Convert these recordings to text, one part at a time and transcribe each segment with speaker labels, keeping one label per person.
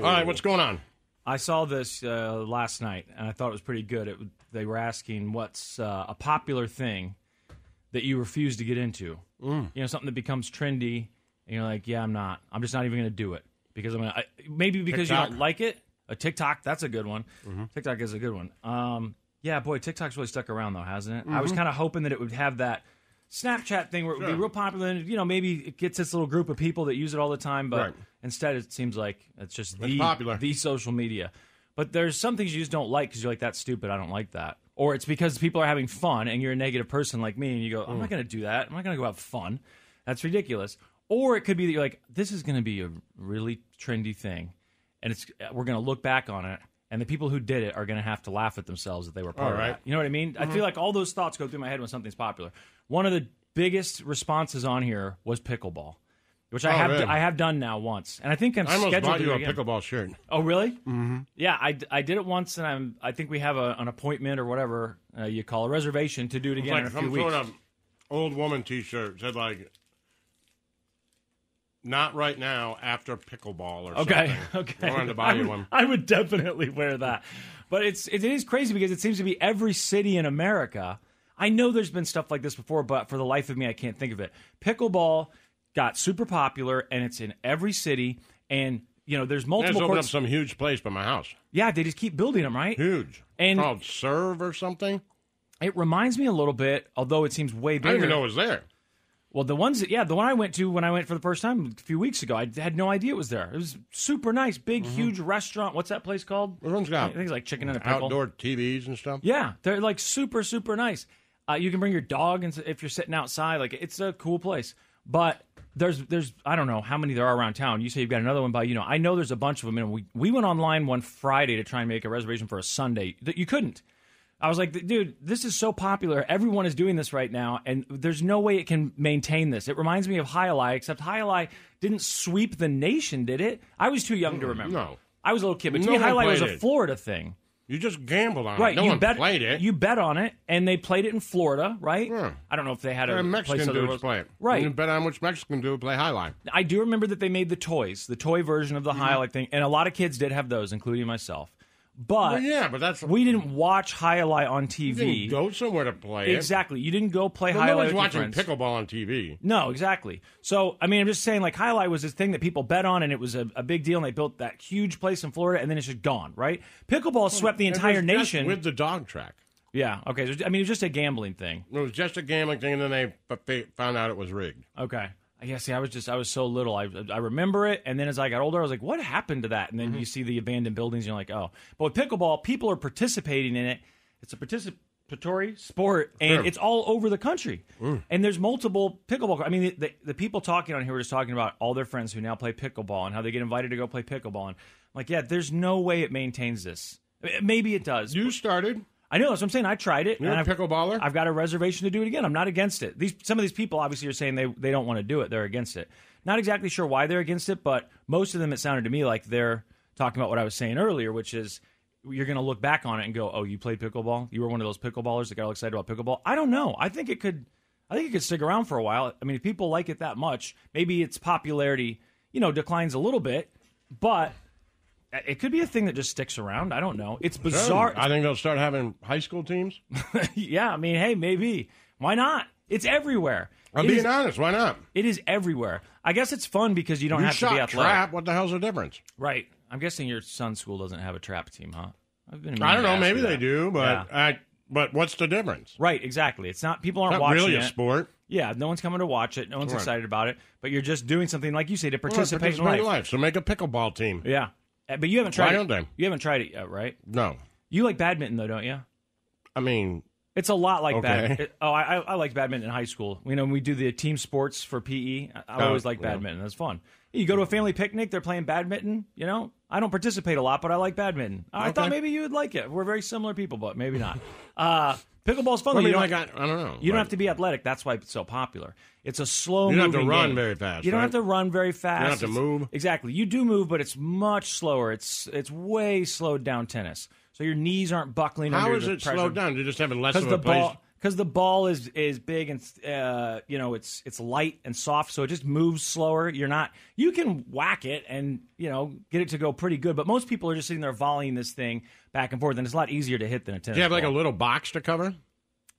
Speaker 1: All right, what's going on?
Speaker 2: I saw this uh, last night, and I thought it was pretty good. It, they were asking what's uh, a popular thing that you refuse to get into.
Speaker 1: Mm.
Speaker 2: You know, something that becomes trendy, and you're like, "Yeah, I'm not. I'm just not even going to do it because I'm going to." Maybe because you
Speaker 1: TikTok.
Speaker 2: don't
Speaker 1: Mm-hmm.
Speaker 2: like it. A TikTok, that's a good one. TikTok is a good one. Um, yeah, boy, TikTok's really stuck around though, hasn't it? I
Speaker 1: Mm-hmm.
Speaker 2: was kind of hoping that it would have that Snapchat thing where it would be real popular, and you know, maybe it gets this little group of people that use it all the time. But
Speaker 1: Right.
Speaker 2: instead, it seems like it's just the
Speaker 1: popular.
Speaker 2: the social media. But there's some things you just don't like because you're like that's stupid. I don't like that. Or it's because people are having fun and you're a negative person like me, and you go, I'm
Speaker 1: Mm.
Speaker 2: not going to do that. I'm not going to go have fun. That's ridiculous. Or it could be that you're like, this is going to be a really trendy thing, and it's uh, we're going to look back on it, and the people who did it are going to have to laugh at themselves that they were part
Speaker 1: All right. Mm-hmm.
Speaker 2: of that. You know what I mean? I feel like all those thoughts go through my head when something's popular. One of the biggest responses on here was pickleball, which I
Speaker 1: Oh,
Speaker 2: have
Speaker 1: really?
Speaker 2: I have done now once, and I think I'm
Speaker 1: I almost
Speaker 2: scheduled
Speaker 1: bought
Speaker 2: to
Speaker 1: you
Speaker 2: do
Speaker 1: a
Speaker 2: it again.
Speaker 1: pickleball shirt.
Speaker 2: Oh, really? Mm-hmm. Yeah, I, d- I did it once, and I'm I think we have a, an appointment or whatever uh, you call a reservation to do it
Speaker 1: It's
Speaker 2: again
Speaker 1: like
Speaker 2: in a
Speaker 1: some
Speaker 2: few weeks.
Speaker 1: sort of old woman T-shirt said like, "Not right now, after pickleball or
Speaker 2: okay,
Speaker 1: something."
Speaker 2: okay.
Speaker 1: I wanted to buy you
Speaker 2: would-
Speaker 1: one.
Speaker 2: I would definitely wear that, but it's it is crazy because it seems to be every city in America. I know there's been stuff like this before, but for the life of me, I can't think of it. Pickleball got super popular, and it's in every city, and you know there's
Speaker 1: They
Speaker 2: multiple
Speaker 1: just opened up
Speaker 2: courts.
Speaker 1: some huge place by my house.
Speaker 2: yeah, they just keep building them, right?
Speaker 1: Huge.
Speaker 2: And-
Speaker 1: called Serve or something.
Speaker 2: It reminds me a little bit, although it seems way
Speaker 1: I
Speaker 2: bigger.
Speaker 1: didn't even know it was there.
Speaker 2: Well, the ones that, yeah, the one I went to when I went for the first time a few weeks ago, I had no idea it was there. It was super nice, big, huge restaurant. What's that place called?
Speaker 1: Everyone's
Speaker 2: I
Speaker 1: got
Speaker 2: think it's like chicken and a pickle.
Speaker 1: outdoor TVs and stuff.
Speaker 2: Yeah, they're like super, super nice. Uh, you can bring your dog, and s- if you're sitting outside, like it's a cool place. But there's, there's, I don't know how many there are around town. You say you've got another one by, you know, I know there's a bunch of them. And we we went online one Friday to try and make a reservation for a Sunday that you couldn't. I was like, dude, this is so popular. Everyone is doing this right now, and there's no way it can maintain this. It reminds me of Hialeah, except Hialeah didn't sweep the nation, did it? I was too young to remember.
Speaker 1: Mm, no.
Speaker 2: I was a little kid, but to
Speaker 1: No
Speaker 2: me,
Speaker 1: one
Speaker 2: Hialeah was
Speaker 1: played
Speaker 2: a
Speaker 1: it.
Speaker 2: Florida thing.
Speaker 1: You just gambled on
Speaker 2: Right,
Speaker 1: it. No
Speaker 2: you
Speaker 1: one
Speaker 2: bet,
Speaker 1: played it.
Speaker 2: You bet on it, and they played it in Florida, right?
Speaker 1: Yeah.
Speaker 2: I don't know if they had a
Speaker 1: Uh,
Speaker 2: place
Speaker 1: Mexican
Speaker 2: other
Speaker 1: dudes
Speaker 2: was-
Speaker 1: play it. Mm-hmm.
Speaker 2: Right.
Speaker 1: You bet on which Mexican dude play highlight.
Speaker 2: I do remember that they made the toys, the toy version of
Speaker 1: Mm-hmm.
Speaker 2: the highlight thing, and a lot of kids did have those, including myself. But
Speaker 1: Well, Oh, yeah, but that's
Speaker 2: we didn't watch highlight on
Speaker 1: you didn't
Speaker 2: TV.
Speaker 1: go somewhere to play it.
Speaker 2: exactly. You didn't go play
Speaker 1: Well,
Speaker 2: highlight
Speaker 1: no one's
Speaker 2: with your
Speaker 1: watching
Speaker 2: friends.
Speaker 1: pickleball on TV.
Speaker 2: No, exactly. So, I mean, I'm just saying, like, Highlight was this thing that people bet on, and it was a, a big deal, and they built that huge place in Florida, and then it's just gone, right? Pickleball swept the
Speaker 1: It
Speaker 2: entire
Speaker 1: was just
Speaker 2: nation.
Speaker 1: with the dog track.
Speaker 2: yeah, okay. so- I mean, it was just a gambling thing.
Speaker 1: It was just a gambling thing, and then they f- f- found out it was rigged.
Speaker 2: Okay. Yeah, see, I was just, I was so little. I, I remember it. And then as I got older, I was like, what happened to that? And
Speaker 1: Mm-hmm.
Speaker 2: then you see the abandoned buildings, and you're like, oh. But with pickleball, people are participating in it. It's a participatory sport, and
Speaker 1: Sure. Mm.
Speaker 2: it's all over the country. And there's multiple pickleball. I mean, the, the, the people talking on here were just talking about all their friends who now play pickleball and how they get invited to go play pickleball. And I'm like, yeah, there's no way it maintains this. I mean, Maybe it does.
Speaker 1: You started.
Speaker 2: I know that's what I'm saying. I tried it.
Speaker 1: You're a
Speaker 2: and I've-
Speaker 1: pickleballer.
Speaker 2: I've got a reservation to do it again. I'm not against it. These some of these people obviously are saying they, they don't want to do it. They're against it. Not exactly sure why they're against it, but most of them it sounded to me like they're talking about what I was saying earlier, which is you're going to look back on it and go, "Oh, you played pickleball. You were one of those pickleballers that got all excited about pickleball." I don't know. I think it could. I think it could stick around for a while. I mean, if people like it that much, maybe its popularity, you know, declines a little bit, but it could be a thing that just sticks around. I don't know. It's
Speaker 1: Oh.
Speaker 2: bizarre.
Speaker 1: I think they'll start having high school teams.
Speaker 2: Yeah, I mean, hey, maybe. Why not? It's everywhere.
Speaker 1: I'm
Speaker 2: It
Speaker 1: being
Speaker 2: is-
Speaker 1: honest. Why not?
Speaker 2: it is everywhere. I guess it's fun because you don't
Speaker 1: You
Speaker 2: have to be
Speaker 1: shot
Speaker 2: athletic.
Speaker 1: trap. What the hell's the difference?
Speaker 2: Right. I'm guessing your son's school doesn't have a trap team, huh? I've been
Speaker 1: I
Speaker 2: meaning
Speaker 1: don't
Speaker 2: to
Speaker 1: know.
Speaker 2: ask
Speaker 1: Maybe
Speaker 2: you
Speaker 1: they
Speaker 2: that.
Speaker 1: do, but
Speaker 2: Yeah.
Speaker 1: I, but what's the difference?
Speaker 2: Right, exactly. It's not people aren't
Speaker 1: Not
Speaker 2: watching
Speaker 1: really
Speaker 2: it.
Speaker 1: a sport.
Speaker 2: Yeah, no one's coming to watch it. No one's
Speaker 1: Right.
Speaker 2: excited about it. But you're just doing something like you say to
Speaker 1: Well,
Speaker 2: participate,
Speaker 1: participate
Speaker 2: in life.
Speaker 1: So make a pickleball team.
Speaker 2: Yeah. Uh, But you haven't
Speaker 1: Why
Speaker 2: tried it.
Speaker 1: don't they?
Speaker 2: You haven't tried it yet, right?
Speaker 1: No,
Speaker 2: You like badminton though, don't you?
Speaker 1: I mean
Speaker 2: It's a lot like
Speaker 1: Okay.
Speaker 2: badminton. It- Oh, I, I I liked badminton in high school. You know, when we do the team sports for PE, I, I
Speaker 1: Oh,
Speaker 2: always like
Speaker 1: yeah.
Speaker 2: badminton. That's fun. You go to a family picnic, they're playing badminton. You know, I don't participate a lot, but I like badminton. I thought
Speaker 1: Okay.
Speaker 2: maybe you would like it. We're very similar people, but maybe not. uh, pickleball's fun.
Speaker 1: I
Speaker 2: though.
Speaker 1: mean,
Speaker 2: you don't,
Speaker 1: like I, I don't know.
Speaker 2: you don't
Speaker 1: Like,
Speaker 2: have to be athletic. That's why it's so popular. It's a slow.
Speaker 1: You don't have to
Speaker 2: moving
Speaker 1: run
Speaker 2: game.
Speaker 1: very fast,
Speaker 2: You don't
Speaker 1: right?
Speaker 2: have to run very fast.
Speaker 1: have to
Speaker 2: It's-
Speaker 1: move.
Speaker 2: Exactly. You do move, but it's much slower. It's it's way slowed down tennis. So your knees aren't buckling.
Speaker 1: How
Speaker 2: under
Speaker 1: is
Speaker 2: the
Speaker 1: it
Speaker 2: pressure.
Speaker 1: slowed down? You're just having less
Speaker 2: Because
Speaker 1: of
Speaker 2: the
Speaker 1: a place
Speaker 2: ball, because the ball is is big and uh, you know it's it's light and soft, so it just moves slower. You're not you can whack it and you know get it to go pretty good, but most people are just sitting there volleying this thing back and forth, and it's a lot easier to hit than a tennis.
Speaker 1: Do you have like a
Speaker 2: ball.
Speaker 1: little box to cover?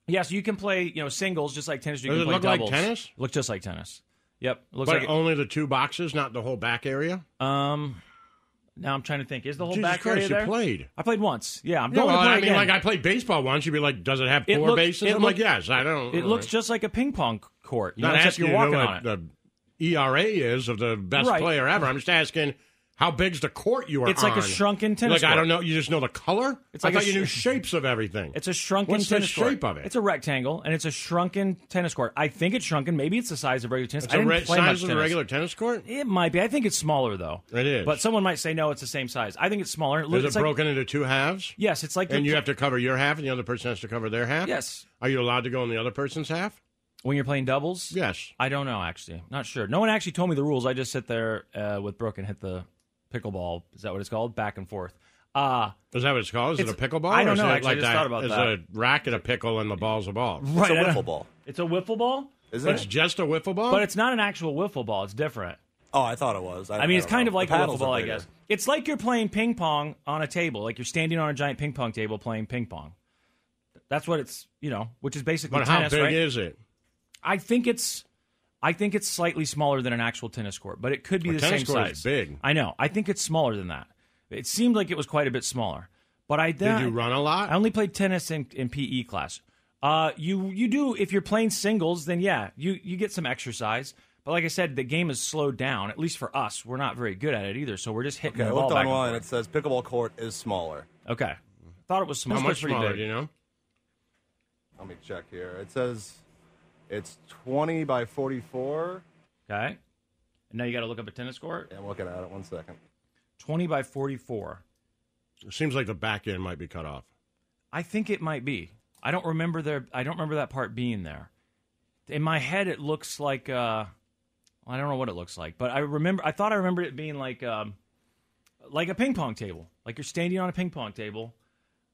Speaker 2: yeah, so you can play you know singles just like tennis. You
Speaker 1: Does
Speaker 2: can
Speaker 1: it
Speaker 2: play
Speaker 1: look like
Speaker 2: doubles.
Speaker 1: tennis?
Speaker 2: Looks just like tennis. Yep, it looks
Speaker 1: But
Speaker 2: like.
Speaker 1: only the two boxes, not the whole back area.
Speaker 2: um, now I'm trying to think. Is the whole
Speaker 1: Jesus
Speaker 2: back
Speaker 1: Christ,
Speaker 2: area
Speaker 1: you
Speaker 2: there?
Speaker 1: played.
Speaker 2: I played once. Yeah, I'm
Speaker 1: No,
Speaker 2: going
Speaker 1: well,
Speaker 2: to play
Speaker 1: I mean,
Speaker 2: again.
Speaker 1: like I played baseball once. You'd be like, "Does it have
Speaker 2: It
Speaker 1: four
Speaker 2: look-
Speaker 1: bases?"
Speaker 2: it
Speaker 1: I'm like,
Speaker 2: look-
Speaker 1: "Yes." I don't.
Speaker 2: it looks just like a ping pong court. You
Speaker 1: Not
Speaker 2: know, except
Speaker 1: asking
Speaker 2: you're
Speaker 1: you
Speaker 2: walking
Speaker 1: what
Speaker 2: on it.
Speaker 1: the ERA is of the best
Speaker 2: Right.
Speaker 1: player ever. I'm just asking how big's the court you are
Speaker 2: It's like a
Speaker 1: on.
Speaker 2: shrunken
Speaker 1: You're
Speaker 2: tennis
Speaker 1: Like I
Speaker 2: court.
Speaker 1: don't know. You just know the color.
Speaker 2: It's
Speaker 1: I
Speaker 2: like a
Speaker 1: thought you
Speaker 2: sh-
Speaker 1: knew shapes of everything.
Speaker 2: It's a shrunken
Speaker 1: What's
Speaker 2: tennis
Speaker 1: the shape of
Speaker 2: court.
Speaker 1: it?
Speaker 2: It's a rectangle, and it's a shrunken tennis court. I think it's shrunken. Maybe it's the size of regular tennis.
Speaker 1: It's
Speaker 2: I
Speaker 1: a
Speaker 2: didn't
Speaker 1: re-
Speaker 2: play much
Speaker 1: size of a
Speaker 2: tennis.
Speaker 1: regular tennis court.
Speaker 2: It might be. I think it's smaller though.
Speaker 1: It is.
Speaker 2: But someone might say no, it's the same size. I think it's smaller. It
Speaker 1: Is
Speaker 2: looks
Speaker 1: it
Speaker 2: like,
Speaker 1: broken into two halves?
Speaker 2: Yes, it's like
Speaker 1: And
Speaker 2: the,
Speaker 1: you have to cover your half, and the other person has to cover their half.
Speaker 2: yes
Speaker 1: Are you allowed to go in the other person's half?
Speaker 2: when you're playing doubles.
Speaker 1: Yes.
Speaker 2: I don't know actually. Not sure. No one actually told me the rules. I just sit there uh, with Brooke and hit the pickleball. Is that what it's called? Back and forth. Uh
Speaker 1: Is that what it's called? Is
Speaker 2: It's-
Speaker 1: it a pickleball?
Speaker 2: I
Speaker 1: or
Speaker 2: don't
Speaker 1: is
Speaker 2: know,
Speaker 1: It
Speaker 2: actually. I
Speaker 1: like
Speaker 2: just
Speaker 1: that,
Speaker 2: thought about
Speaker 1: is
Speaker 2: that.
Speaker 1: a racket a pickle and the ball's a ball?
Speaker 2: right. I
Speaker 3: It's a
Speaker 2: don't-
Speaker 3: wiffle ball,
Speaker 2: It's a wiffle ball,
Speaker 3: isn't
Speaker 1: It's
Speaker 3: it?
Speaker 1: just a wiffle ball.
Speaker 2: but it's not an actual wiffle ball. It's different.
Speaker 3: Oh, I thought it was. I,
Speaker 2: I mean, it's
Speaker 3: don't
Speaker 2: kind
Speaker 3: know.
Speaker 2: of like
Speaker 3: The
Speaker 2: a wiffle
Speaker 3: paddles are
Speaker 2: ball, I
Speaker 3: bigger.
Speaker 2: guess. It's like you're playing ping pong on a table, like you're standing on a giant ping pong table playing ping pong. That's what it's, you know, which is basically
Speaker 1: But how
Speaker 2: tennis,
Speaker 1: big
Speaker 2: right?
Speaker 1: is it?
Speaker 2: I think it's, I think it's slightly smaller than an actual tennis court, but it could be
Speaker 1: Well,
Speaker 2: the
Speaker 1: tennis
Speaker 2: same
Speaker 1: court
Speaker 2: size.
Speaker 1: is big.
Speaker 2: I know. I think it's smaller than that. It seemed like it was quite a bit smaller, but I
Speaker 1: Did you run a lot?
Speaker 2: I only played tennis in, in PE class. Uh, you you do if you're playing singles, then yeah, you you get some exercise. But like I said, the game is slowed down. At least for us, we're not very good at it either. So we're just hitting
Speaker 3: Okay, I
Speaker 2: the ball
Speaker 3: looked
Speaker 2: back. and
Speaker 3: online. It says pickleball court is smaller.
Speaker 2: forth. Okay, thought it was small.
Speaker 1: How
Speaker 2: It's
Speaker 1: much
Speaker 2: pretty
Speaker 1: smaller?
Speaker 2: big.
Speaker 1: Do you know?
Speaker 3: Let me check here. It says it's 20 by 44.
Speaker 2: Okay, and now you got to look up a tennis court.
Speaker 3: Yeah, I'm looking at it. One second.
Speaker 2: Twenty by forty-four.
Speaker 1: It seems like the back end might be cut off.
Speaker 2: I think it might be. I don't remember there. I don't remember that part being there. In my head, it looks like. Uh, well, I don't know what it looks like, but I remember. I thought I remembered it being like, um, like a ping pong table. Like you're standing on a ping pong table,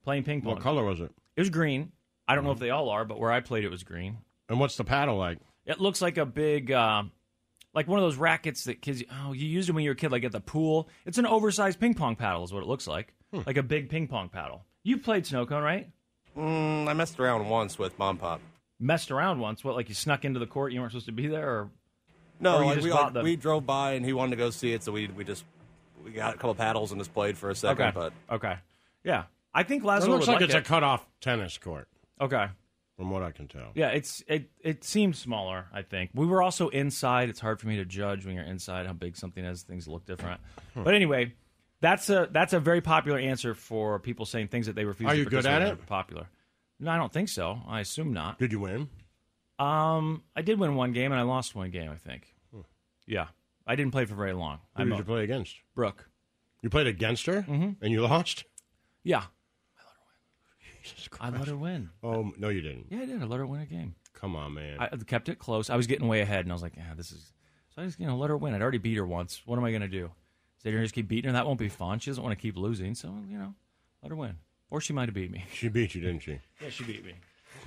Speaker 2: playing ping pong.
Speaker 1: What color was it?
Speaker 2: It was green. I don't know if they all are, but where I played, it was green.
Speaker 1: And what's the paddle like?
Speaker 2: It looks like a big, uh, like one of those rackets that kids. Oh, you used it when you were a kid, like at the pool. It's an oversized ping pong paddle, is what it looks like, like a big ping pong paddle. You played snow cone, right?
Speaker 3: Mm, I messed around once with mom and pop.
Speaker 2: messed around once. What, like you snuck into the court? You weren't supposed to be there, or Or
Speaker 3: No,
Speaker 2: you
Speaker 3: like,
Speaker 2: just
Speaker 3: we,
Speaker 2: bought
Speaker 3: like,
Speaker 2: them.
Speaker 3: we drove by and he wanted to go see it, so we we just we got a couple paddles and just played for a second. But
Speaker 2: okay, yeah. I think
Speaker 1: It
Speaker 2: Lazo
Speaker 1: looks
Speaker 2: would
Speaker 1: like
Speaker 2: like,
Speaker 1: it's a
Speaker 2: it.
Speaker 1: cut off tennis court,
Speaker 2: okay,
Speaker 1: from what I can tell.
Speaker 2: yeah. It's it it seems smaller. I think we were also inside. It's hard for me to judge when you're inside how big something is. Things look different. But anyway, that's a that's a very popular answer for people saying things that they refuse.
Speaker 1: Are
Speaker 2: to
Speaker 1: you good
Speaker 2: participate
Speaker 1: at
Speaker 2: in
Speaker 1: it?
Speaker 2: are Popular. No, I don't think so. I assume not.
Speaker 1: Did you win?
Speaker 2: Um, I did win one game and I lost one game. I think. Yeah, I didn't play for very long.
Speaker 1: Who
Speaker 2: I'm
Speaker 1: did
Speaker 2: a-
Speaker 1: you play against?
Speaker 2: Brooke.
Speaker 1: You played against her,
Speaker 2: Mm-hmm.
Speaker 1: and you lost.
Speaker 2: Yeah. I let her win.
Speaker 1: Oh no, you didn't.
Speaker 2: Yeah, I did. I let her win a game.
Speaker 1: Come on, man.
Speaker 2: I kept it close. I was getting way ahead, and I was like, "Yeah, this is." So I just, you know, let her win. I'd already beat her once. What am I going to do? Sit here and just keep beating her. That won't be fun. She doesn't want to keep losing, so you know, let her win. Or she might have beat me.
Speaker 1: she beat you, didn't she?
Speaker 2: Yeah, she beat me.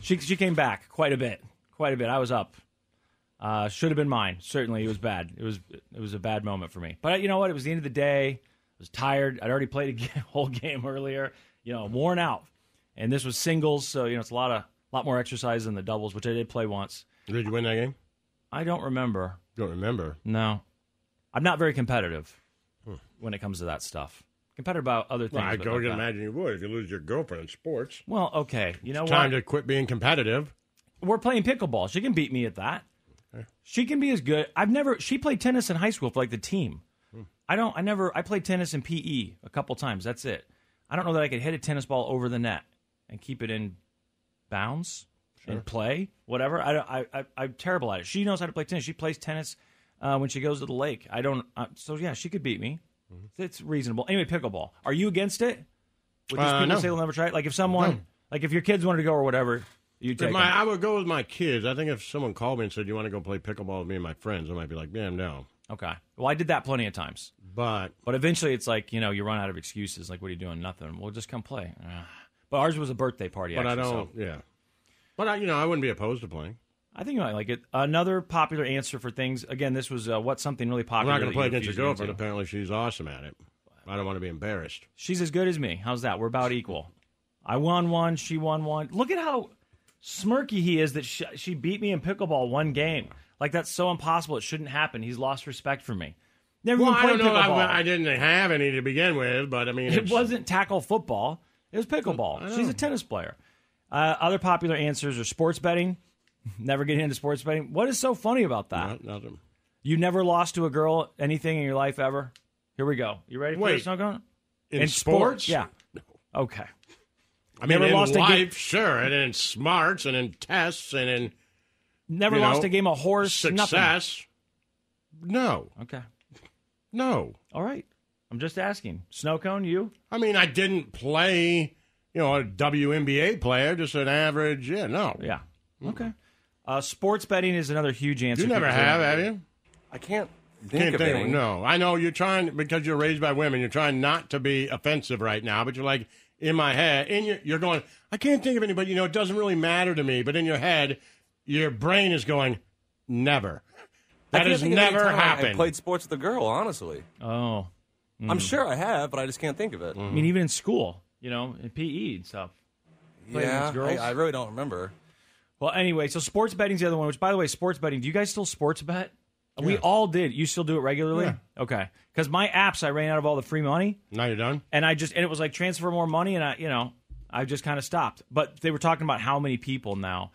Speaker 2: She she came back quite a bit, quite a bit. I was up. Uh, should have been mine. Certainly, it was bad. It was it was a bad moment for me. But you know what? It was the end of the day. I was tired. I'd already played a g- whole game earlier. You know, I'm worn out. And this was singles, so you know it's a lot of lot more exercise than the doubles, which I did play once.
Speaker 1: Did you win that game?
Speaker 2: I don't remember.
Speaker 1: Don't remember.
Speaker 2: No, I'm not very competitive when it comes to that stuff. Competitive about other things.
Speaker 1: Hmm. Well, I
Speaker 2: but
Speaker 1: go
Speaker 2: not
Speaker 1: can
Speaker 2: that.
Speaker 1: imagine you would if you lose your girlfriend in sports.
Speaker 2: Well, okay. You know what?
Speaker 1: Time to quit being competitive.
Speaker 2: we're playing pickleball. She can beat me at that. She can be as good. I've never. She played tennis in high school for like the team. I don't. I never. I played tennis in PE a couple times. That's it. I don't know that I could hit a tennis ball over the net and keep it in bounds and play whatever. I don't. I, I I'm terrible at it. She knows how to play tennis. She plays tennis uh, when she goes to the lake. I don't. Uh, so yeah, she could beat me.
Speaker 1: Mm-hmm.
Speaker 2: It's reasonable. Anyway, pickleball. Are you against it? Would these
Speaker 1: Uh,
Speaker 2: people
Speaker 1: no.
Speaker 2: say they'll never try it? Like if someone, like if your kids wanted to go or whatever, you take.
Speaker 1: My,
Speaker 2: them.
Speaker 1: I would go with my kids. I think if someone called me and said, "You want to go play pickleball with me and my friends?" I might be like, "Man, no."
Speaker 2: Okay. Well, I did that plenty of times.
Speaker 1: But
Speaker 2: But eventually it's like, you know, you run out of excuses. Like, what are you doing? Nothing. Well, just come play. Ah. But ours was a birthday party,
Speaker 1: but I
Speaker 2: actually.
Speaker 1: don't. Yeah.
Speaker 2: So.
Speaker 1: But I, you know, I wouldn't be opposed to playing.
Speaker 2: I think you might like it. Another popular answer for things. Again, this was uh, what something really
Speaker 1: I'm
Speaker 2: popular.
Speaker 1: not going
Speaker 2: that
Speaker 1: to play
Speaker 2: you
Speaker 1: against your
Speaker 2: refuse to get
Speaker 1: girlfriend.
Speaker 2: into.
Speaker 1: Apparently, she's awesome at it. I don't want to be embarrassed.
Speaker 2: She's as good as me. How's that? We're about equal. I won one. She won one. Look at how smirky he is that she, she beat me in pickleball one game. Like that's so impossible. It shouldn't happen. He's lost respect for me. Never
Speaker 1: Well,
Speaker 2: even
Speaker 1: I
Speaker 2: played
Speaker 1: don't know.
Speaker 2: pickleball.
Speaker 1: I, I didn't have any to begin with, but I mean,
Speaker 2: it
Speaker 1: it's-
Speaker 2: wasn't tackle football. It was pickleball.
Speaker 1: Oh.
Speaker 2: She's a tennis player. Uh, other popular answers are sports betting. Never getting into sports betting. What is so funny about
Speaker 1: Not,
Speaker 2: that?
Speaker 1: nothing.
Speaker 2: You never lost to a girl anything in your life ever. Here we go. You ready? For
Speaker 1: Wait.
Speaker 2: this? No, go on.
Speaker 1: In,
Speaker 2: In
Speaker 1: sports?
Speaker 2: Yeah. Okay.
Speaker 1: I mean,
Speaker 2: Never
Speaker 1: in
Speaker 2: lost a game-
Speaker 1: life, sure, and in smarts, and in tests, and in
Speaker 2: Never
Speaker 1: You
Speaker 2: lost
Speaker 1: know,
Speaker 2: a game of horse. Nothing.
Speaker 1: success. No,
Speaker 2: Okay.
Speaker 1: no.
Speaker 2: All right. I'm just asking. Snow cone, you?
Speaker 1: I mean, I didn't play, you know, a WNBA player, just an average. Yeah, no.
Speaker 2: Yeah. Okay. Uh, sports betting is another huge answer.
Speaker 1: You never
Speaker 2: People say-
Speaker 1: have, have you?
Speaker 3: I can't think
Speaker 1: Can't
Speaker 3: of
Speaker 1: think.
Speaker 3: any.
Speaker 1: No, I know you're trying because you're raised by women. You're trying not to be offensive right now, but you're like in my head, and you're, you're going. I can't think of anybody. You know, it doesn't really matter to me. But in your head, your brain is going, never.
Speaker 4: I
Speaker 1: That
Speaker 4: can't
Speaker 1: has
Speaker 4: think of any
Speaker 1: never
Speaker 4: time I- I
Speaker 1: happened.
Speaker 4: played sports with a girl, honestly.
Speaker 2: Oh.
Speaker 4: I'm sure I have, but I just can't think of it.
Speaker 2: I mean, even in school, you know, in PE and stuff. Playing
Speaker 4: Yeah,
Speaker 2: against girls?
Speaker 4: I, I really don't remember.
Speaker 2: Well, anyway, so sports betting's the other one. Which, by the way, sports betting. Do you guys still sports bet? We
Speaker 1: Yeah.
Speaker 2: all did. You still do it regularly? Okay. Because my apps, I ran out of all the free money,
Speaker 1: now you're done.
Speaker 2: and I just and it was like transfer more money, and I, you know, I just kind of stopped. But they were talking about how many people now,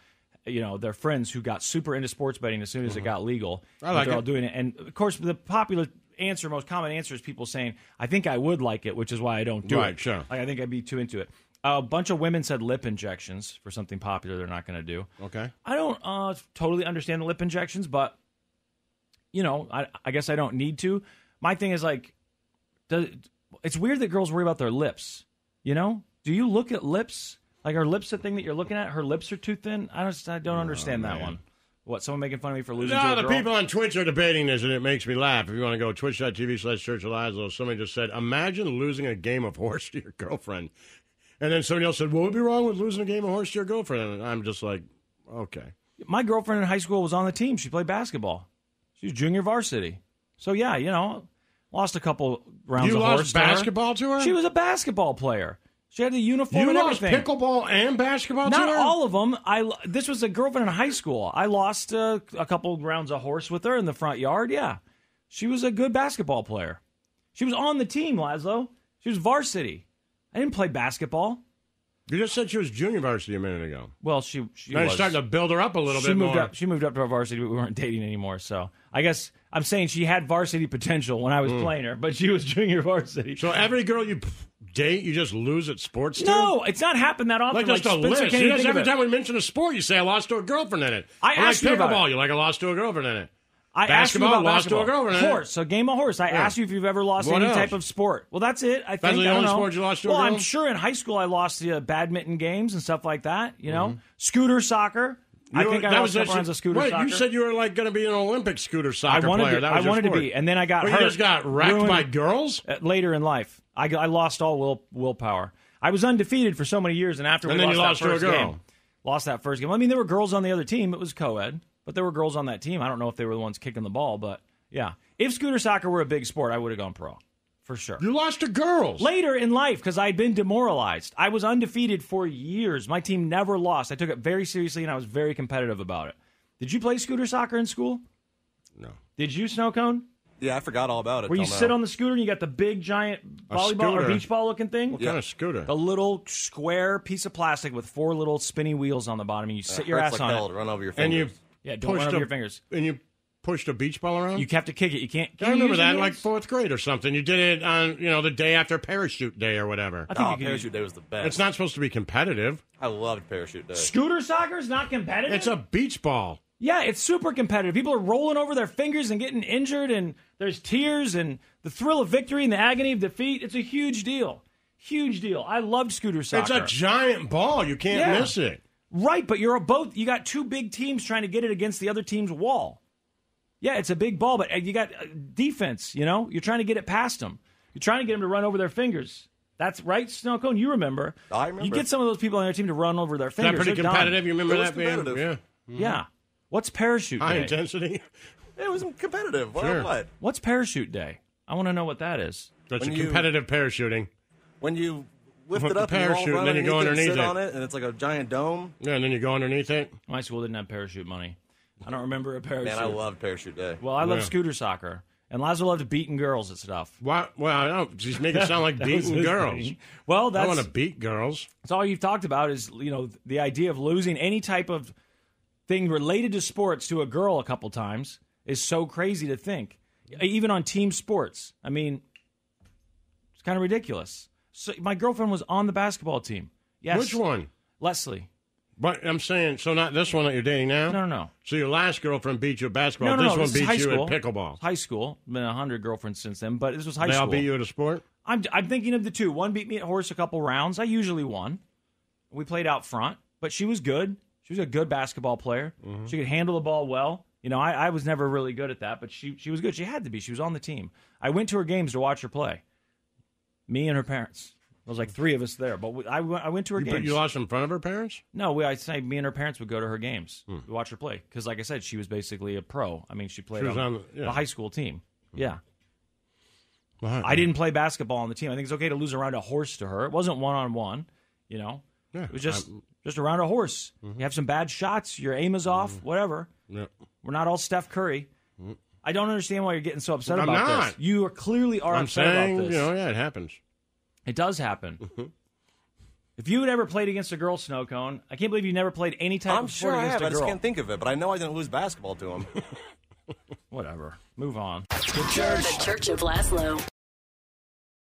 Speaker 2: you know, their friends who got super into sports betting as soon as it got legal.
Speaker 1: Mm-hmm. I
Speaker 2: that
Speaker 1: like
Speaker 2: they're
Speaker 1: it.
Speaker 2: all doing it, and of course, the popular answer, most common answer, is people saying, "I think I would like it," which is why I don't do
Speaker 1: Right,
Speaker 2: it.
Speaker 1: sure.
Speaker 2: Like I think I'd be too into it. a bunch of women said lip injections for something popular they're not going to do.
Speaker 1: Okay.
Speaker 2: I don't uh, totally understand the lip injections, but you know, I, I guess I don't need to. My thing is like, does, it's weird that girls worry about their lips. You know, do you look at lips? Like, are lips the thing that you're looking at? Her lips are too thin. I don't. I don't understand that one. What? Someone making fun of me for losing? to
Speaker 1: No,
Speaker 2: a
Speaker 1: the
Speaker 2: girl?
Speaker 1: people on Twitch are debating this, and it makes me laugh. If you want to go twitch.tv slash Church of Laszlo, somebody just said, imagine losing a game of horse to your girlfriend. And then somebody else said, what would be wrong with losing a game of horse to your girlfriend? And I'm just like, okay.
Speaker 2: My girlfriend in high school was on the team. She played basketball. She was junior varsity. So yeah, you know, lost a couple rounds.
Speaker 1: You
Speaker 2: of
Speaker 1: lost
Speaker 2: horse to her.
Speaker 1: basketball to her?
Speaker 2: She was a basketball player. She had the uniform
Speaker 1: You
Speaker 2: and
Speaker 1: lost
Speaker 2: everything.
Speaker 1: pickleball and basketball
Speaker 2: Not
Speaker 1: to her?
Speaker 2: all of them. I lo- this was a girlfriend in high school. I lost uh, a couple rounds of horse with her in the front yard. Yeah, she was a good basketball player. She was on the team, Laszlo. She was varsity. I didn't play basketball.
Speaker 1: you just said she was junior varsity a minute ago.
Speaker 2: Well, she she
Speaker 1: Now you're
Speaker 2: was.
Speaker 1: starting to build her up a little
Speaker 2: she
Speaker 1: bit
Speaker 2: moved
Speaker 1: more.
Speaker 2: up. She moved up to our varsity, but we weren't dating anymore. So I guess I'm saying she had varsity potential when I was playing her, but she was junior varsity.
Speaker 1: Mm. So every girl you p- date, you just lose at sports to?
Speaker 2: no, it's not happened that often.
Speaker 1: Like just a
Speaker 2: Spencer
Speaker 1: list.
Speaker 2: can't
Speaker 1: You
Speaker 2: even
Speaker 1: just-
Speaker 2: think of
Speaker 1: every
Speaker 2: it.
Speaker 1: time we mention a sport, you say I lost to a girlfriend in it.
Speaker 2: I
Speaker 1: Or
Speaker 2: asked you
Speaker 1: like
Speaker 2: about
Speaker 1: pickleball,
Speaker 2: it.
Speaker 1: you're like I lost to a girlfriend in it.
Speaker 2: I asked you
Speaker 1: Basketball,
Speaker 2: about
Speaker 1: lost to a
Speaker 2: basketball.
Speaker 1: girl, right?
Speaker 2: Horse, so game of horse. I asked you if you've ever lost
Speaker 1: What
Speaker 2: any
Speaker 1: else?
Speaker 2: type of sport. Well, that's it. I think
Speaker 1: the
Speaker 2: I don't
Speaker 1: only
Speaker 2: know.
Speaker 1: sport you lost to a
Speaker 2: Well, I'm
Speaker 1: girl?
Speaker 2: sure in high school I lost the uh, badminton games and stuff like that. You know, scooter soccer. I
Speaker 1: Mm-hmm. You
Speaker 2: think
Speaker 1: were-
Speaker 2: I
Speaker 1: that
Speaker 2: lost a couple
Speaker 1: actually-
Speaker 2: rounds of scooter
Speaker 1: Wait,
Speaker 2: soccer.
Speaker 1: you said you were like going to be an Olympic scooter
Speaker 2: I
Speaker 1: soccer
Speaker 2: wanted
Speaker 1: player.
Speaker 2: to.
Speaker 1: That
Speaker 2: I
Speaker 1: was your
Speaker 2: wanted to
Speaker 1: sport.
Speaker 2: be, and then I got
Speaker 1: But
Speaker 2: hurt.
Speaker 1: you just got wrecked
Speaker 2: Ruined-
Speaker 1: by girls,
Speaker 2: uh, later in life. I, I lost all will willpower. I was undefeated for so many years, and after
Speaker 1: And
Speaker 2: we
Speaker 1: then you
Speaker 2: lost that
Speaker 1: lost
Speaker 2: first
Speaker 1: to a girl.
Speaker 2: game, lost that first game. I mean, there were girls on the other team. It was co-ed, but there were girls on that team. I don't know if they were the ones kicking the ball, but yeah. If scooter soccer were a big sport, I would have gone pro for sure.
Speaker 1: you lost to girls.
Speaker 2: Later in life, because I'd been demoralized, I was undefeated for years. My team never lost. I took it very seriously, and I was very competitive about it. Did you play scooter soccer in school?
Speaker 1: No,
Speaker 2: Did you snow cone?
Speaker 4: Yeah, I forgot all about it.
Speaker 2: Where you
Speaker 4: till
Speaker 2: sit
Speaker 4: now.
Speaker 2: on the scooter and you got the big giant volleyball or
Speaker 1: scooter.
Speaker 2: beach ball looking thing?
Speaker 1: what kind of scooter?
Speaker 2: A little square piece of plastic with four little spinny wheels on the bottom, and you
Speaker 1: Uh,
Speaker 2: sit your
Speaker 4: Hurts
Speaker 2: ass
Speaker 4: like
Speaker 2: on
Speaker 4: hell
Speaker 2: it.
Speaker 4: to run over your
Speaker 1: and
Speaker 4: fingers.
Speaker 1: you
Speaker 2: Yeah, don't run
Speaker 1: pushed
Speaker 2: over
Speaker 1: a-
Speaker 2: your fingers.
Speaker 1: And you pushed a beach ball around.
Speaker 2: You have to kick it. You can't. can
Speaker 1: I
Speaker 2: you
Speaker 1: remember
Speaker 2: use
Speaker 1: that,
Speaker 2: your
Speaker 1: like
Speaker 2: hands?
Speaker 1: fourth grade or something. You did it on you know the day after parachute day or whatever.
Speaker 2: I think
Speaker 4: Oh,
Speaker 2: you can use-
Speaker 4: parachute day was the best.
Speaker 1: It's not supposed to be competitive.
Speaker 4: I loved parachute day.
Speaker 2: Scooter soccer is not competitive.
Speaker 1: It's a beach ball.
Speaker 2: yeah, it's super competitive. People are rolling over their fingers and getting injured, and there's tears and the thrill of victory and the agony of defeat. It's a huge deal, huge deal. I loved scooter soccer.
Speaker 1: It's a giant ball. You can't
Speaker 2: Yeah.
Speaker 1: miss it.
Speaker 2: Right, but you're a both. You got two big teams trying to get it against the other team's wall. Yeah, it's a big ball, uh, but you got uh, defense. You know, you're trying to get it past them. You're trying to get them to run over their fingers. That's right, Snow Cone. You remember?
Speaker 4: I remember.
Speaker 2: You get some of those people on your team to run over their
Speaker 1: That
Speaker 2: fingers.
Speaker 1: pretty
Speaker 2: They're done.
Speaker 1: competitive. Mm-hmm. You remember
Speaker 4: It was
Speaker 1: that being? Yeah.
Speaker 4: competitive.
Speaker 2: Yeah. What's parachute
Speaker 1: High
Speaker 2: day?
Speaker 1: intensity.
Speaker 4: It was competitive. What?
Speaker 1: Sure.
Speaker 4: what?
Speaker 2: What's parachute day? I want to know what that is.
Speaker 1: That's
Speaker 4: When
Speaker 1: a
Speaker 4: you-
Speaker 1: competitive parachuting.
Speaker 4: When you lift
Speaker 1: With
Speaker 4: it
Speaker 1: the
Speaker 4: up, and you all
Speaker 1: parachute,
Speaker 4: run
Speaker 1: and then you go
Speaker 4: underneath
Speaker 1: underneath
Speaker 4: it,
Speaker 1: it.
Speaker 4: sit on it, and it's like a giant dome.
Speaker 1: Yeah, and then you go underneath it.
Speaker 2: My school didn't have parachute money. I don't remember a parachute.
Speaker 4: Man, I love parachute day.
Speaker 2: Well, I love
Speaker 1: Yeah.
Speaker 2: scooter soccer, and Lazo loved beating girls and stuff.
Speaker 1: Why? Well, I don't. Just make it sound like
Speaker 2: That was
Speaker 1: beating
Speaker 2: his
Speaker 1: girls.
Speaker 2: thing. Well,
Speaker 1: I
Speaker 2: that's
Speaker 1: want to beat girls.
Speaker 2: It's all you've talked about is you know the idea of losing any type of thing related to sports to a girl a couple times is so crazy to think. Even on team sports, I mean, it's kind of ridiculous. So my girlfriend was on the basketball team. Yes,
Speaker 1: Which one?
Speaker 2: Leslie.
Speaker 1: But I'm saying, so not this one that you're dating now.
Speaker 2: No, no, no.
Speaker 1: So your last girlfriend beat you at basketball.
Speaker 2: no, no,
Speaker 1: this
Speaker 2: no.
Speaker 1: one
Speaker 2: this is
Speaker 1: beat
Speaker 2: high
Speaker 1: you
Speaker 2: school.
Speaker 1: at pickleball.
Speaker 2: High school. Been a hundred girlfriends since then, but this was high
Speaker 1: They all
Speaker 2: school.
Speaker 1: beat you at a sport.
Speaker 2: I'm I'm thinking of the two. One beat me at horse a couple rounds. I usually won. We played out front, but she was good. She was a good basketball player.
Speaker 1: Mm-hmm.
Speaker 2: She could handle the ball well. You know, I, I was never really good at that, but she she was good. She had to be. She was on the team. I went to her games to watch her play. Me and her parents. There was like three of us there, but we, I, went- I went to her
Speaker 1: But
Speaker 2: games.
Speaker 1: you lost in front of her parents.
Speaker 2: no, we, I say me and her parents would go to her games
Speaker 1: Hmm.
Speaker 2: to watch her play because, like I said, she was basically a pro. I mean, she played
Speaker 1: She was
Speaker 2: on,
Speaker 1: on the- yeah. Hmm.
Speaker 2: the high school team. Yeah.
Speaker 1: Well,
Speaker 2: I didn't play basketball on the team. I think it's okay to lose a round of horse to her. It wasn't one on one, you know.
Speaker 1: Yeah, Mm-hmm.
Speaker 2: it was just just a round of horse. You have some bad shots. Your aim is off. Whatever.
Speaker 1: No.
Speaker 2: We're not all Steph Curry. I don't understand why you're getting so upset
Speaker 1: Mm-hmm. I'm
Speaker 2: about this.
Speaker 1: not.
Speaker 2: You are clearly are
Speaker 1: I'm
Speaker 2: upset
Speaker 1: saying,
Speaker 2: about
Speaker 1: you
Speaker 2: this.
Speaker 1: know, mm-hmm. yeah, it happens.
Speaker 2: It does happen. if you had ever played against a girl, Snow Cone, I can't believe you never played any type
Speaker 4: I'm
Speaker 2: of
Speaker 4: sure
Speaker 2: sport
Speaker 4: I
Speaker 2: against
Speaker 4: have. I
Speaker 2: a
Speaker 4: just
Speaker 2: girl.
Speaker 4: can't think of it, but I know I didn't lose basketball to him.
Speaker 2: Whatever. Move on.
Speaker 5: The Church of Laszlo.